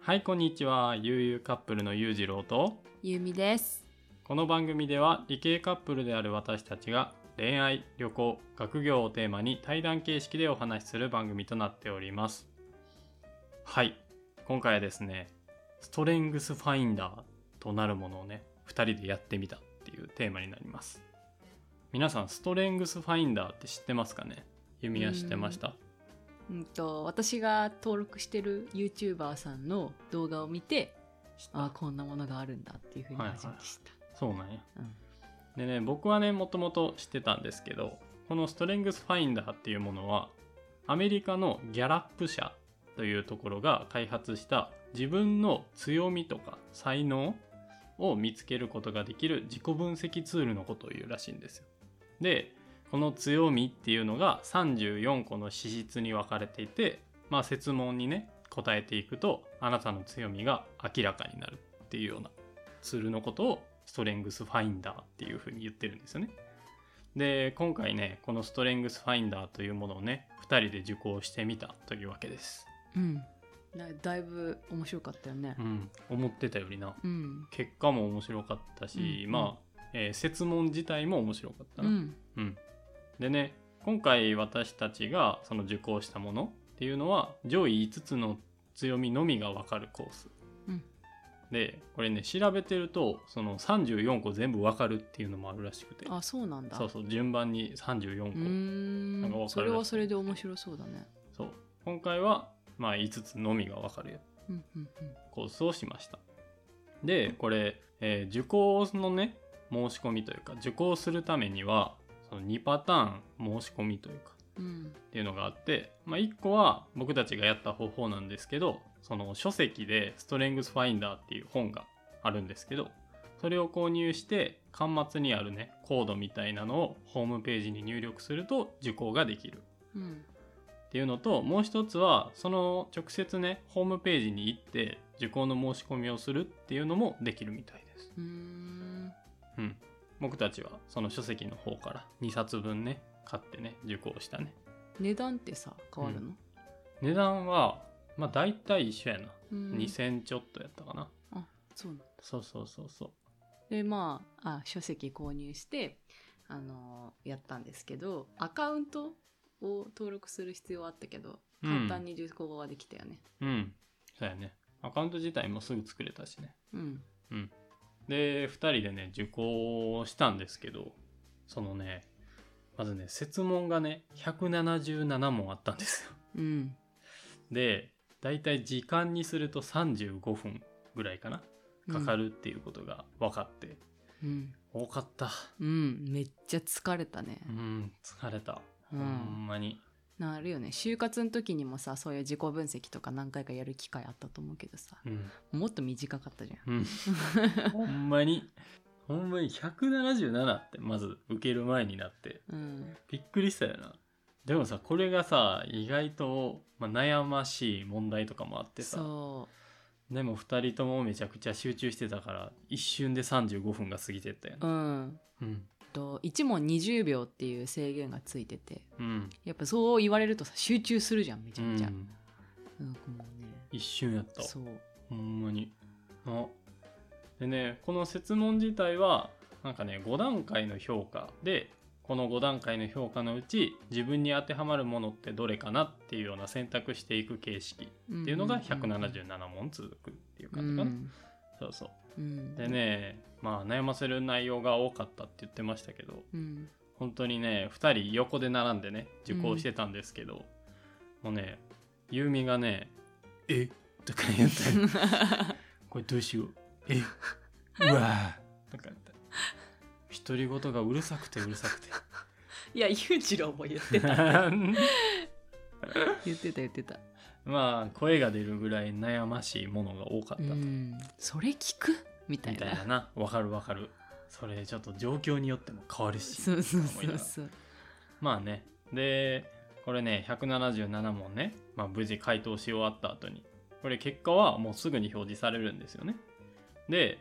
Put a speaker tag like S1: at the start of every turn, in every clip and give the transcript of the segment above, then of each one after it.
S1: はいこんにちはゆうゆうカップルのゆうじろうと
S2: ゆうみです。
S1: この番組では理系カップルである私たちが恋愛旅行学業をテーマに対談形式でお話しする番組となっておりますはい今回はですねストレングスファインダーとなるものをね2人でやってみたっていうテーマになります皆さんストレングスファインダーって知ってますかね弓は知ってました
S2: うんと私が登録してる YouTuber さんの動画を見て、あこんなものがあるんだっていうふうに
S1: はいはい
S2: 初めて知った。
S1: そうなんや
S2: うん
S1: でね僕はねもともと知ってたんですけどこのストレングスファインダーっていうものはアメリカのギャラップ社というところが開発した自分の強みとか才能を見つけることができる自己分析ツールのことを言うらしいんですよ。でこの強みっていうのが34個の資質に分かれていて、まあ、設問にね答えていくとあなたの強みが明らかになるっていうようなツールのことをストレングスファインダーっていうふうに言ってるんですよね。で今回ねこのストレングスファインダーというものをね2人で受講してみたというわけです。
S2: うん。なだいぶ面白かったよね
S1: う。ん、思ってたよりな
S2: うん。
S1: 結果も面白かったし、
S2: うん
S1: まあ、えー設問自体も面白かった
S2: う
S1: な。
S2: ん。
S1: うん、でね今回私たちがその受講したものっていうのは上位5つの強みのみが分かるコース、
S2: うん
S1: でこれね調べてるとその34個全部分かるっていうのもあるらしくて
S2: あそうなんだ。
S1: そうそう順番に34
S2: う
S1: 個、なんかわか
S2: ー
S1: るら
S2: ん。
S1: しい
S2: それはそれで面白そうだね。
S1: そう今回はまあ5つのみが分かる
S2: うんうん
S1: コースをしましたでこれ、えー受講のね申し込みというか受講するためにはその2パターン申し込みというか
S2: うん。うん。
S1: っていうのがあって、まあ、1個は僕たちがやった方法なんですけどその書籍で「ストレングスファインダー」っていう本があるんですけどそれを購入して端末にあるねコードみたいなのをホームページに入力すると受講ができる
S2: うん。
S1: っていうのともう一つはその直接ねホームページに行って受講の申し込みをするっていうのもできるみたいです。
S2: うーん。
S1: うん、僕たちはその書籍の方から2冊分ね買ってね受講したね。
S2: 値段ってさ変わるの？
S1: 値段はまあ大体一緒やな、
S2: うん
S1: 2000ちょっとやったかな
S2: そうなんだ。
S1: そうそうそうそう
S2: でまああ書籍購入して、あのやったんですけどアカウントを登録する必要はあったけど
S1: うん
S2: 簡単に受講はできたよね。
S1: うんそうやねアカウント自体もすぐ作れたしね
S2: うん
S1: で2人でね受講したんですけどそのねまずね設問がね177問あったんですよ
S2: うん
S1: でだいたい時間にすると35分ぐらいかなかか
S2: る。
S1: るっていうことが分かって、
S2: うん、
S1: 多かった
S2: うん、めっちゃ疲れたね。
S1: うん疲れた、
S2: うん
S1: ほんまに
S2: なあるよね就活の時にもさそういう自己分析とか何回かやる機会あったと思うけどさ
S1: うん
S2: もっと短かったじゃん。
S1: うんほんまに、ほんまに177ってまず受ける前になって、
S2: うん、
S1: びっくりしたよな。でもさ、これがさ、意外と、まあ悩ましい問題とかもあってさ、
S2: そ
S1: でも2人ともめちゃくちゃ集中してたから、一瞬で35分が過ぎてったよ
S2: う、
S1: ね。
S2: うん、
S1: うん。
S2: と1問20秒っていう制限がついてて
S1: うん。
S2: やっぱそう言われるとさ集中するじゃんめちゃめちゃ。
S1: うん
S2: うん、もうね
S1: 一瞬やった。
S2: そう
S1: ほんまに。あでね、この設問自体は、なんかね、5段階の評価で、この5段階の評価のうち、自分に当てはまるものってどれかなっていうような選択していく形式
S2: っ
S1: っていうのが177問続くっていう感じかな。そうそう。
S2: うん、
S1: でね、まあ悩ませる内容が多かったって言ってましたけど、
S2: うん、
S1: 本当にね、2人横で並んでね、受講してたんですけど、もうね、ゆうみがね、えとか言ったりこれどうしようえ うわーとか言って独り言がうるさくてうるさくて
S2: いや裕次郎も言ってた 言ってた言ってた、
S1: まあ声が出るぐらい悩ましいものが多かったと、
S2: うん、それ聞くみた
S1: み
S2: い
S1: た
S2: ない
S1: ななわかるわかるそれちょっと状況によっても変わるし
S2: そうそう
S1: 思いな
S2: そ
S1: がら
S2: うそう
S1: まあねでこれね177問ね、まあ、無事回答し終わった後にこれ結果はもうすぐに表示されるんですよねで、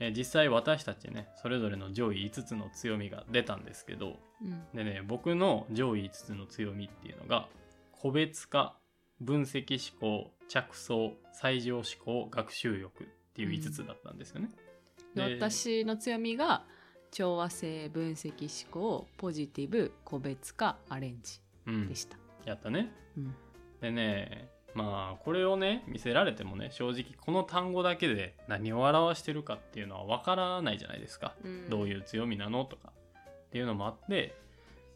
S1: えー実際私たちねそれぞれの上位5つの強みが出たんですけど
S2: うん
S1: でね僕の上位5つの強みっていうのが個別化分析思考着想最上思考学習欲っていう5つだったんですよね。
S2: で
S1: で
S2: 私の強みが調和性分析思考ポジティブ個別化アレンジ
S1: うん
S2: で、した、
S1: やったね。
S2: うん
S1: でねまあこれをね見せられてもね正直この単語だけで何を表してるかっていうのはわからないじゃないですか。どういう強みなのとかっていうのもあって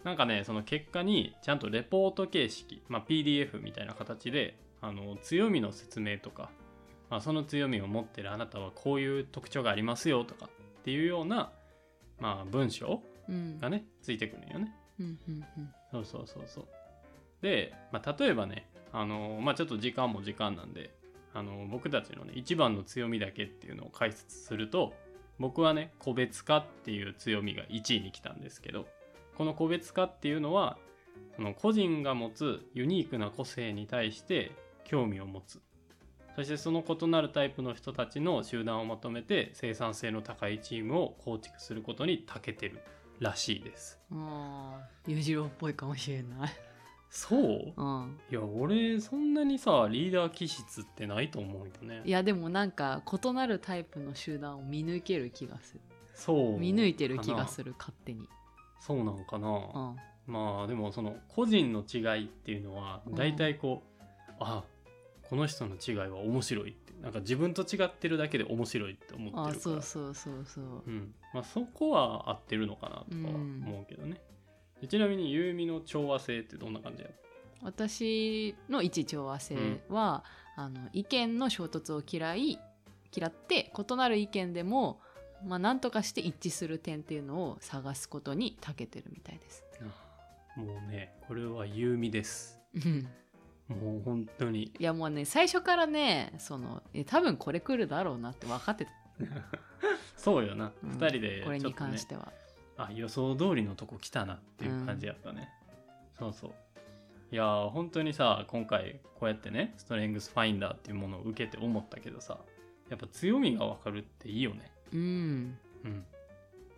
S1: なんかねその結果にちゃんとレポート形式、まあ、PDF みたいな形であの強みの説明とか、まあ、その強みを持ってるあなたはこういう特徴がありますよとかっていうような、まあ、文章
S2: うん
S1: がねついてくるんよね。
S2: うんうんうん
S1: そうそうそうそう。で、まあ、例えばね、あのまあ、ちょっと時間も時間なんで、あの僕たちのね、一番の強みだけっていうのを解説すると、僕はね、個別化っていう強みが1位に来たんですけど、この個別化っていうのは、その個人が持つユニークな個性に対して興味を持つ。そしてその異なるタイプの人たちの集団をまとめて生産性の高いチームを構築することに長けてるらしいです。
S2: あー裕次郎っぽいかもしれない、
S1: そう
S2: うん、
S1: いや俺そんなにさリーダー気質ってないと思うんよね
S2: いやでもなんか異なるタイプの集団を見抜ける気がする
S1: そう
S2: 見抜いてる気が
S1: る
S2: する勝手に、
S1: そうなんかな、
S2: うん、
S1: まあでもその個人の違いっていうのは
S2: うん
S1: 大体こう、あこの人の違いは面白いってなんか自分と違ってるだけで面白いって思ってるか
S2: あ
S1: ら
S2: ーそうそうそうそう、
S1: うんまあ、そこは合ってるのかなとかは
S2: うん
S1: 思うけどね、でちなみにゆうみの調和性ってどんな感じや
S2: 私の一調和性は、あの意見の衝突を嫌い嫌って異なる意見でも、まあ、何とかして一致する点っていうのを探すことに長けてるみたいです。
S1: あもうねこれはゆうみです
S2: うん
S1: もう本当に
S2: いやもうね最初からねそのえ多分これ来るだろうなって分かってた、
S1: そうよな、
S2: うん
S1: 2人で
S2: これ
S1: ちょ
S2: に
S1: っと
S2: 関
S1: ね
S2: しては。
S1: あ予想通りのとこ来たなっていう感じやったね、そうそういやー本当にさ今回こうやってねストレングスファインダーっていうものを受けて思ったけどさやっぱ強みが分かるっていいよね
S2: うん
S1: うん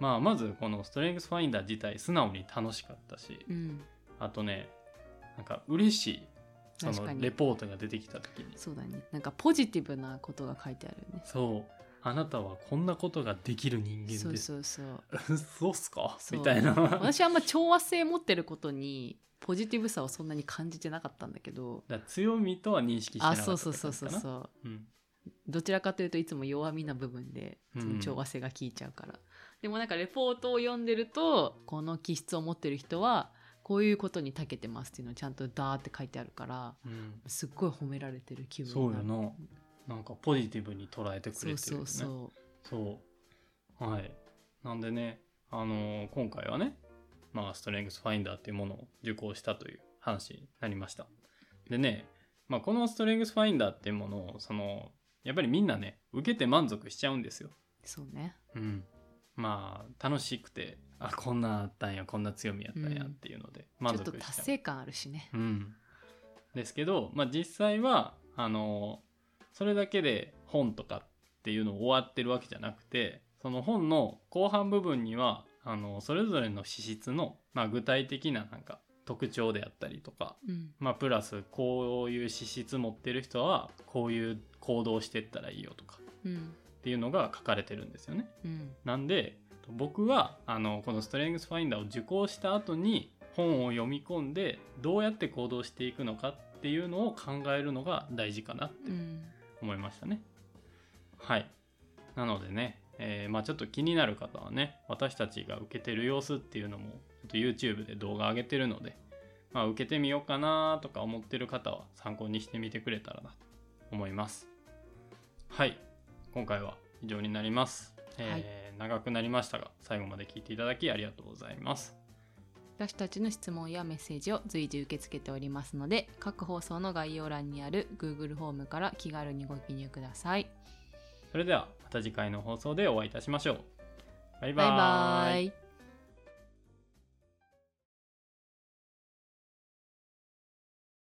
S1: まあまずこのストレングスファインダー自体素直に楽しかったし
S2: うん、
S1: あとねなんか嬉しいそ
S2: 確か
S1: の
S2: に
S1: レポートが出てきた時に
S2: そうだねなんかポジティブなことが書いてあるよね。
S1: そうあなたはこんなことができる人間です
S2: そうそうそ う
S1: そうっすか
S2: そう
S1: みたいな
S2: 私あんま調和性持ってることにポジティブさをそんなに感じてなかったんだけど
S1: だから強みとは認識してなか
S2: あ
S1: ったってこ
S2: そう
S1: と
S2: そうそうそう
S1: かな
S2: そう
S1: うん
S2: どちらかというといつも弱みな部分で
S1: うん
S2: その調和性が効いちゃうから、でもなんかレポートを読んでるとこの気質を持ってる人はこういうことに長けてますっていうのをちゃんとダーって書いてあるから
S1: うん
S2: すっごい褒められてる気分
S1: そう
S2: に
S1: よ
S2: る
S1: ななんかポジティブに捉えてく
S2: そ
S1: れ
S2: う
S1: てる
S2: そ
S1: よね
S2: うそ
S1: そうはいなんでねあのー今回はねまあストレングスファインダーっていうものを受講したという話になりましたでね、まあ、このストレングスファインダーっていうものをそのやっぱりみんなね受けて満足しちゃうんですよ
S2: うそうね
S1: うん、まあ楽しくてあこんなんあったんやこんな強みやったんやっていうので
S2: ち
S1: 満
S2: ょっ
S1: 足
S2: と
S1: しちゃう
S2: 達成感あるしね
S1: うん、ですけど、まあ、実際はあのそれだけで本とかっていうのを終わってるわけじゃなくてその本の後半部分にはあのそれぞれの資質の、まあ、具体的ななんか特徴であったりとか、
S2: うん
S1: まあ、プラスこういう資質持ってる人はこういう行動してったらいいよとか
S2: うん
S1: っていうのが書かれてるんですよね。
S2: うん
S1: なんで僕はあのこのストレングスファインダーを受講した後に本を読み込んでどうやって行動していくのかっていうのを考えるのが大事かなって
S2: うん
S1: 思いましたね。はい。なのでね、えーまあちょっと気になる方はね、私たちが受けてる様子っていうのも、ちょっと YouTube で動画上げてるので、まあ受けてみようかなとか思ってる方は参考にしてみてくれたらなと思います。はい。今回は以上になります。えー長くなりましたが、最後まで聞いていただきありがとうございます。
S2: 私たちの質問やメッセージを随時受け付けておりますので各放送の概要欄にある Google フォームから気軽にご記入ください。
S1: それでは、また次回の放送でお会いいたしましょう。バイバ
S2: バイ
S1: ー
S2: バイ